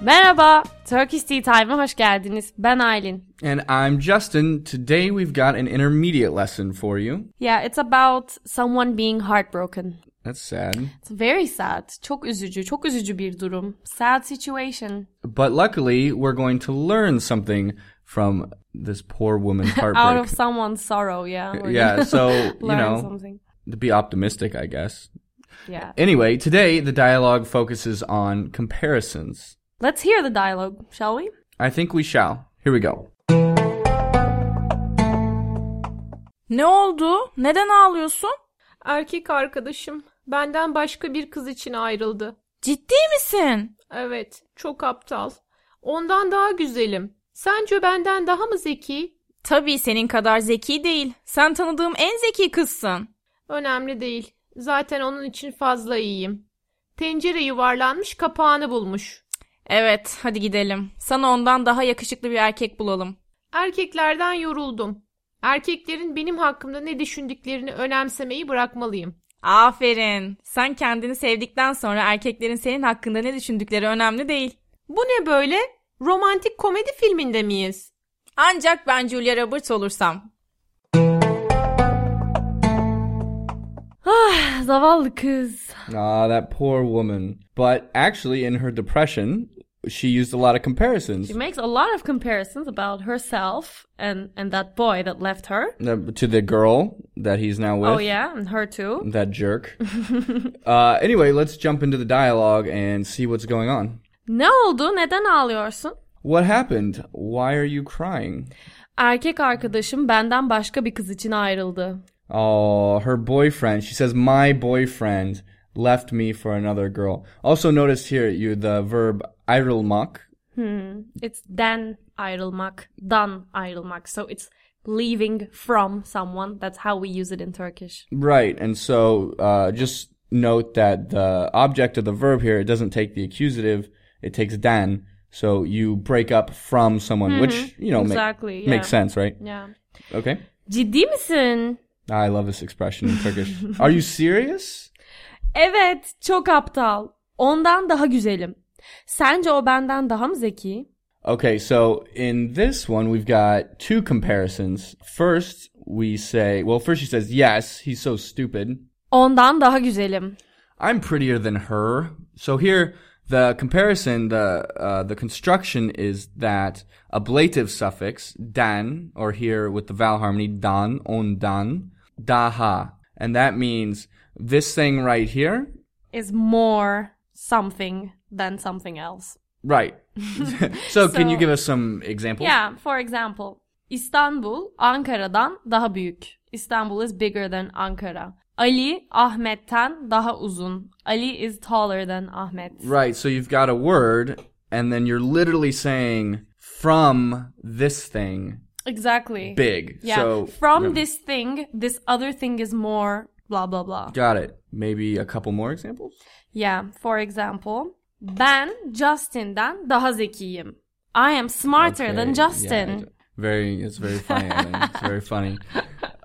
Merhaba, Turkish Tea Time'a hoş geldiniz. Ben Aylin. And I'm Justin. Today we've got an intermediate lesson for you. Yeah, it's about someone being heartbroken. That's sad. It's very sad. Çok üzücü, çok üzücü bir durum. Sad situation. But luckily, we're going to learn something from this poor woman's Out heartbreak. of someone's sorrow, yeah. We're yeah, gonna so, you learn know, something. to be optimistic, I guess. Yeah. Anyway, today the dialogue focuses on comparisons. Let's hear the dialogue, shall we? I think we shall. Here we go. Ne oldu? Neden ağlıyorsun? Erkek arkadaşım benden başka bir kız için ayrıldı. Ciddi misin? Evet, çok aptal. Ondan daha güzelim. Sence benden daha mı zeki? Tabii senin kadar zeki değil. Sen tanıdığım en zeki kızsın. Önemli değil. Zaten onun için fazla iyiyim. Tencere yuvarlanmış kapağını bulmuş. Evet, hadi gidelim. Sana ondan daha yakışıklı bir erkek bulalım. Erkeklerden yoruldum. Erkeklerin benim hakkımda ne düşündüklerini önemsemeyi bırakmalıyım. Aferin. Sen kendini sevdikten sonra erkeklerin senin hakkında ne düşündükleri önemli değil. Bu ne böyle? Romantik komedi filminde miyiz? Ancak ben Julia Roberts olursam. Zavallı kız. Ah, that poor woman. But actually, in her depression, she used a lot of comparisons She makes a lot of comparisons about herself and and that boy that left her. Uh, to the girl that he's now with. Oh yeah, and her too. That jerk. uh, anyway, let's jump into the dialogue and see what's going on. Ne oldu? Neden ağlıyorsun? What happened? Why are you crying? Erkek arkadaşım benden başka bir kız için ayrıldı. Oh, her boyfriend. She says, My boyfriend left me for another girl. Also, notice here you the verb ayrılmak. It's then ayrılmak, dan ayrılmak. So it's leaving from someone. That's how we use it in Turkish. Right. And so uh, just note that the object of the verb here, it doesn't take the accusative, it takes dan. So you break up from someone, which, you know, ma- Mm-hmm. Exactly, yeah. makes sense, right? Yeah. Okay. Ciddi misin? Ah, I love this expression in Turkish. Are you serious? Evet, çok aptal. Ondan daha güzelim. Sence o benden daha mı zeki? Okay, so in this one, we've got two comparisons. First, we say, well, first she says, yes, he's so stupid. Ondan daha güzelim. I'm prettier than her. So here, the comparison, the, uh, the construction is that ablative suffix, dan, or here with the vowel harmony, dan, on dan, daha. And that means this thing right here, Is more something than something else. right. so, can you So- give us some examples? Yeah, for example, İstanbul Ankara'dan daha büyük. İstanbul is bigger than Ankara. Ali Ahmet'ten daha uzun. Ali is taller than Ahmet. Right. So you've got a word, and then you're literally saying from this thing Exactly. big. Yeah. So From yeah. this thing, this other thing is more blah blah blah. Got it. Maybe a couple more examples. Yeah, for example, ben Justin'den daha zekiyim. I am smarter Okay, than yeah, Justin. it- very. It's very funny. Ellen. It's very funny.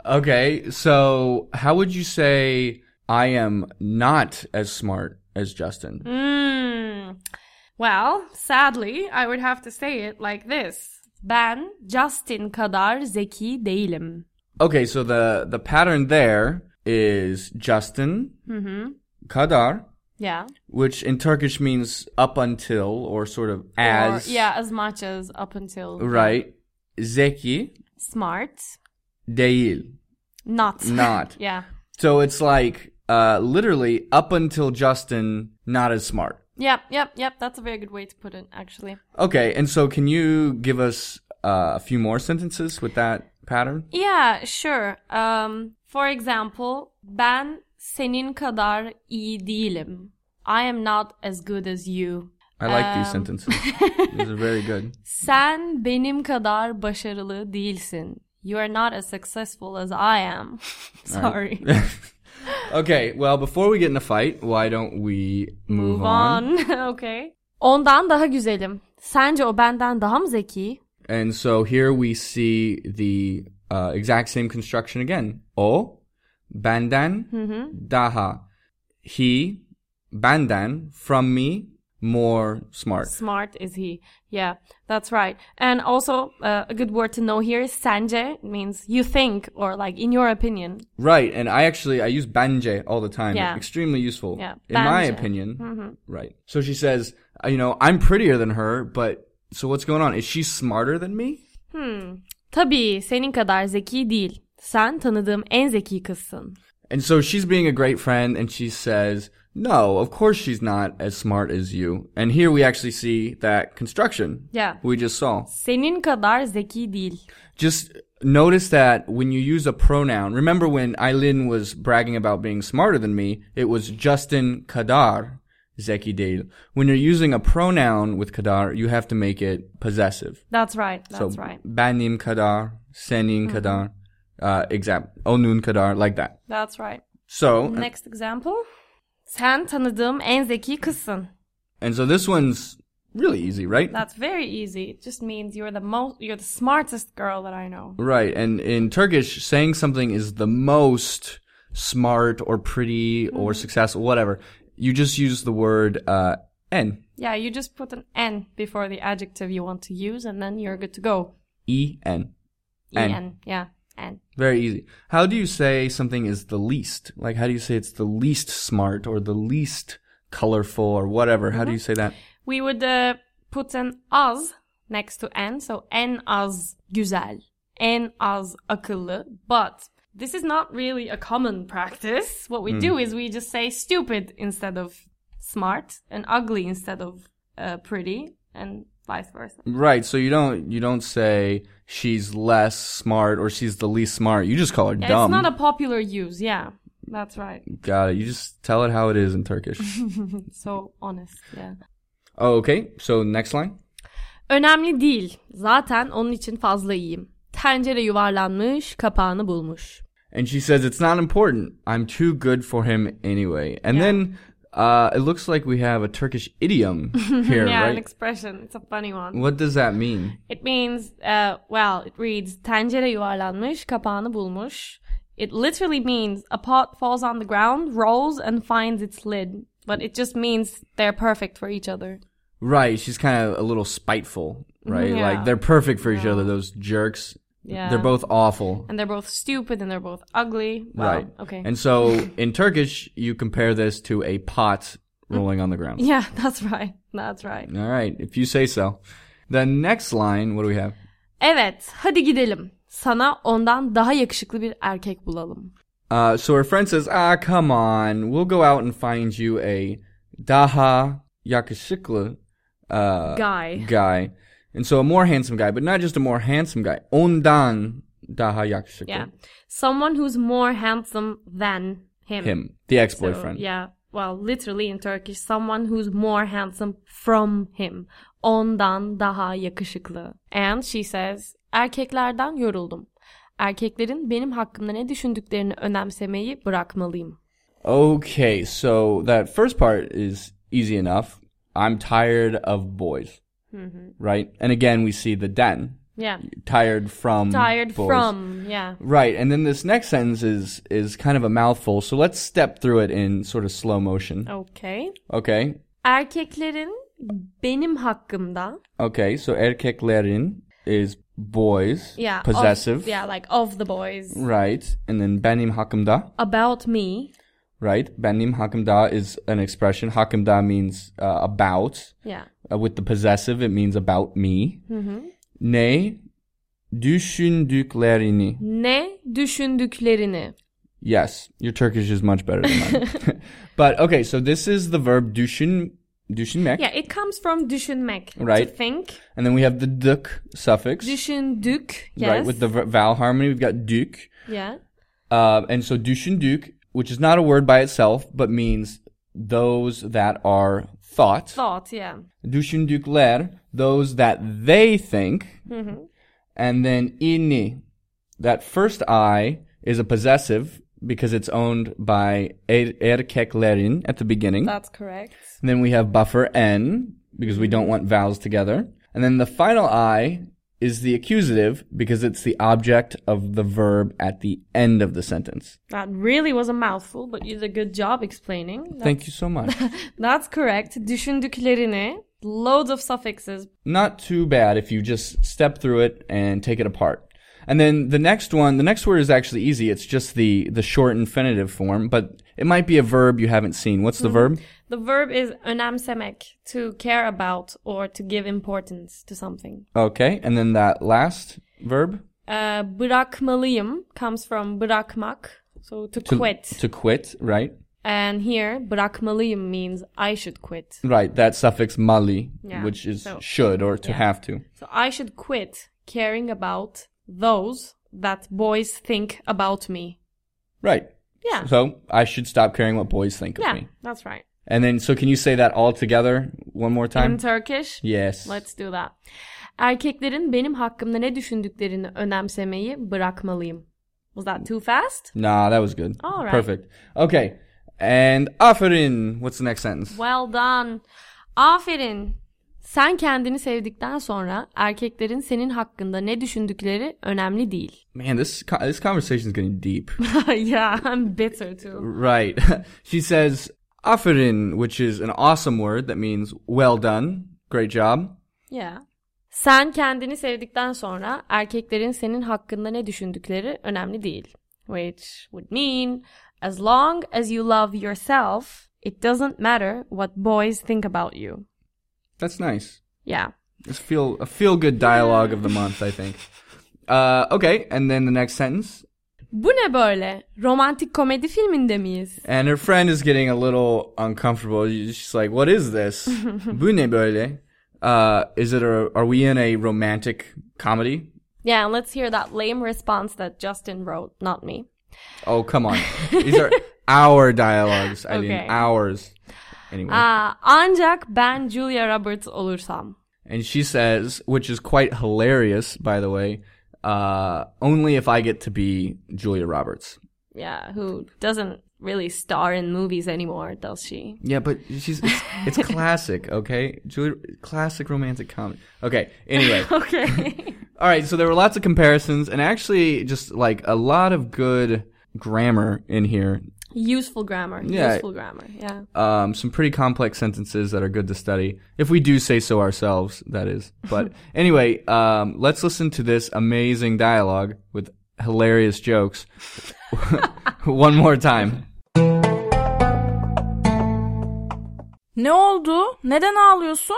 Okay. So how would you say I am not as smart as Justin? Mm-hmm. Hmm. Well, sadly, I would have to say it like this. Ben Justin kadar zeki değilim. Okay. So the the pattern there is Justin, Mm-hmm. Kadar, Yeah. which in Turkish means up until or sort of as. Or, yeah, as much as up until Right. Zeki smart, değil. not. Not. yeah. So it's like uh, literally up until Justin, not as smart. Yep, yep, yep. That's a very good way to put it, actually. Okay, and so can you give us uh, a few more sentences with that pattern? Yeah, sure. Um, for example, ben senin kadar iyi değilim. I am not as good as you. I like these Um, sentences. These are very good. Sen benim kadar başarılı değilsin. You are not as successful as I am. Sorry. Okay, well, before we get in a fight, why don't we move, Move on. okay. Ondan daha güzelim. Sence o benden daha mı zeki? And so here we see the uh, exact same construction again. O, Mm-hmm. bandan, daha. He, bandan, from me, more smart. Smart is he. Yeah, that's right. And also, uh, a good word to know here is sence means you think or like in your opinion. Right, and I actually I use banje all the time. Yeah. Extremely useful. Yeah, In my banje. Mm-hmm. opinion. Right. So she says, uh, you know, I'm prettier than her, but so what's going on? Is she smarter than me? Tabii senin kadar zeki değil. Sen tanıdığım en zeki kızsın. And so she's being a great friend and she says, no, of course she's not as smart as you. And here we actually see that construction. Yeah. We just saw. Senin kadar zeki değil. Just notice that when you use a pronoun, remember when Eileen was bragging about being smarter than me, it was Justin Kadar Zeki Dale. When you're using a pronoun with Kadar, you have to make it possessive. That's right. That's so right. Mm-hmm. Banim Kadar, Senin Kadar, uh, exact, Onun Kadar, like that. That's right. So, Next example. Sen tanıdığım en zeki kızsın. and so this one's really easy, right? That's very easy. It just means you're the most you're the smartest girl that I know. Right. And in Turkish, saying something is the most smart or pretty or Mm-hmm. successful, whatever. You just use the word uh, en. Yeah, you just put an n before the adjective you want to use and then you're good to go. E N. En. En. Yeah. En. Very easy. How do you say something is the least? Like, how do you say it's the least smart or the least colorful or whatever? Mm-hmm. How do you say that? We would uh, put an az next to en. So en az güzel. En az akıllı. But this is not really a common practice. What Hmm. we do is we just say stupid instead of smart and ugly instead of uh, pretty and vice versa. Right. So you don't you don't say she's less smart or she's the least smart. You just call her Yeah, dumb. It's not a popular use. Yeah. That's right. Got it. You just tell it how it is in Turkish. So honest. Yeah. oh, okay. So next line. Önemli değil. Zaten onun için fazla iyiyim. Tencere yuvarlanmış, kapağını bulmuş. And she says, It's not important. I'm too good for him anyway. And then uh, it looks like we have a Turkish idiom here, Yeah, an right? expression. It's a funny one. What does that mean? It means, uh, well, it reads, tencere yuvarlanmış, kapağını bulmuş. It literally means a pot falls on the ground, rolls and finds its lid. But it just means they're perfect for each other. Right, she's kind of a little spiteful, right? Yeah. Like they're perfect for each other, those jerks. Yeah. They're both awful. And they're both stupid and they're both ugly. Wow. right. Okay. And so in Turkish, you compare this to a pot rolling on the ground. yeah, that's right. That's right. All right, if you say so. The next line, what do we have? Evet, hadi gidelim. Sana ondan daha yakışıklı bir erkek bulalım. Uh, so her friend says, "Ah, come on, we'll go out and find you a daha yakışıklı uh, Guy. guy, and so a more handsome guy, but not just a more handsome guy. Ondan daha yakışıklı. Yeah. Someone who's more handsome than him. Him, the So, ex-boyfriend. yeah. Well, literally in Turkish, someone who's more handsome from him. Ondan daha yakışıklı. And she says, erkeklerden yoruldum. Erkeklerin benim hakkımda ne düşündüklerini önemsemeyi bırakmalıyım. Okay, so that first part is easy enough. I'm tired of boys, Mm-hmm. right? And again, we see the den Yeah. tired from Tired Hmm, boys. from. Yeah. Right, and then this next sentence is is kind of a mouthful, so let's step through it in sort of slow motion. Okay. Okay. Erkeklerin benim hakkımda Okay, so erkeklerin is boys, yeah of- possessive, yeah, like of the boys. right, and then benim hakkımda, About me. right? Benim hakkımda is an expression. Hakkımda means uh, about. Yeah. Uh, with the possessive, it means about me. Mm-hmm. Ne düşündüklerini. Ne düşündüklerini. Yes, your Turkish is much better than mine. but okay, so this is the verb düşün, düşünmek, Yeah, it comes from düşünmek. Right. To think. and then we have the dük suffix, Düşündük. Yes. right? With the v- vowel harmony, we've got dük. Yeah. Uh, and so düşündük, which is not a word by itself, but means those that are thought. Thought, yeah. Düşündükler, those that they think. And then ini. That first I is a possessive because it's owned by er- erkeklerin at the beginning. That's correct. And then we have buffer n because we don't want vowels together. And then the final I is the accusative because it's the object of the verb at the end of the sentence. That really was a mouthful, but you did a good job explaining. That- Thank you so much. That's correct. Düşündüklerini, loads of suffixes. Not too bad if you just step through it and take it apart. And then the next one, the next word is actually easy. It's just the the short infinitive form, but it might be a verb you haven't seen. What's the verb? The verb is önemsemek, to care about or to give importance to something. Okay, and then that last verb Uh, bırakmalıyım comes from bırakmak, so to, quit. to quit, right? And here, bırakmalıyım means I should quit. Right, that suffix mali, Yeah, which is so- should or to yeah. have to. So I should quit caring about those that boys think about me. Right. Yeah. So I should stop caring what boys think yeah, of me. that's right. And then, so can you say that all together one more time? In Turkish, yes. let's do that. Erkeklerin benim hakkımda ne düşündüklerini önemsemeyi bırakmalıyım. Was that too fast? Nah, that was good. All right. Perfect. Okay. And aferin. What's the next sentence? Well done. Aferin. Sen kendini sevdikten sonra erkeklerin senin hakkında ne düşündükleri önemli değil. Man, this co- this conversation is getting deep. yeah, I'm bitter too. right. she says aferin, which is an awesome word that means well done, great job. Yeah. Sen kendini sevdikten sonra erkeklerin senin hakkında ne düşündükleri önemli değil. Which would mean as long as you love yourself, it doesn't matter what boys think about you. That's nice. Yeah. It's feel a feel good dialogue of the month, I think. Uh, okay, and then the next sentence. Bu ne böyle? Romantik komedi filminde miyiz? And her friend is getting a little uncomfortable. She's like, "What is this? Bu ne böyle? Uh, is it a? Are we in a romantic comedy? Yeah, and let's hear that lame response that Justin wrote, not me. Oh, come on! These are our dialogues. I mean, Okay. Uh, ours. Anyway, Aa, ancak ben Julia Roberts olursam. and she says, which is quite hilarious, by the way. Uh, only if I get to be Julia Roberts. Yeah, who doesn't really star in movies anymore, does she? Yeah, but she's it's, it's classic, okay? Julia, classic romantic comedy. Okay. Anyway. Okay. All right, so there were lots of comparisons and actually just like a lot of good grammar in here. Useful grammar. Yeah. Useful grammar. Yeah. Um, some pretty complex sentences that are good to study, if we do say so ourselves, that is. But anyway, um, let's listen to this amazing dialogue with hilarious jokes one more time. Ne oldu? Neden ağlıyorsun?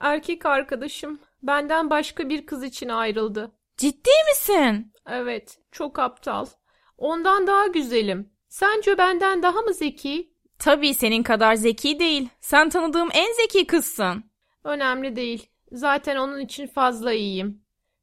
Erkek arkadaşım benden başka bir kız için ayrıldı. Ciddi misin? Evet, çok aptal. Ondan daha güzelim. Sence benden daha mı zeki? Tabii senin kadar zeki değil. Sen tanıdığım en zeki kızsın. Önemli değil. Zaten onun için fazla iyiyim.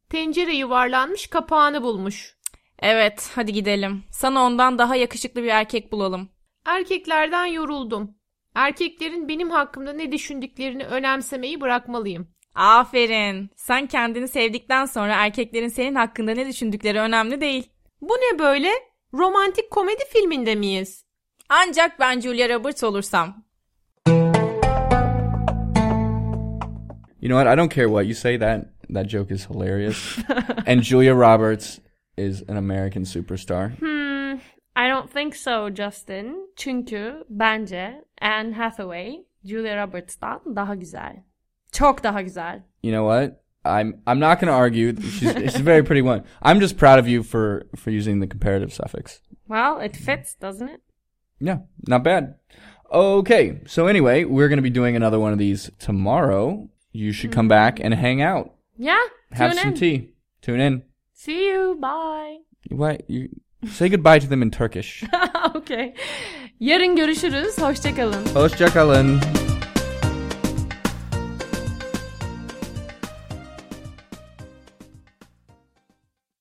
Tencere yuvarlanmış kapağını bulmuş. Evet, hadi gidelim. Sana ondan daha yakışıklı bir erkek bulalım. Erkeklerden yoruldum. Erkeklerin benim hakkımda ne düşündüklerini önemsemeyi bırakmalıyım. Aferin. Sen kendini sevdikten sonra erkeklerin senin hakkında ne düşündükleri önemli değil. Bu ne böyle? Romantik komedi filminde miyiz? Ancak ben Julia Roberts olursam. You know what? I don't care what you say. That that joke is hilarious. and Julia Roberts is an American superstar. Hmm, I don't think so, Justin. Çünkü bence Anne Hathaway, Julia Roberts'tan daha güzel. Çok daha güzel. you know what? I'm I'm not going to argue. She's, she's a very pretty one. I'm just proud of you for for using the comparative suffix. Well, it fits, doesn't it? Yeah, not bad. Okay, so anyway, we're going to be doing another one of these tomorrow. You should come back and hang out, Yeah. have Mm-hmm. tune some in. tea, tune in. See you. Bye. Why you say goodbye to them in Turkish? okay. Yarın görüşürüz. Hoşçakalın. Hoşçakalın.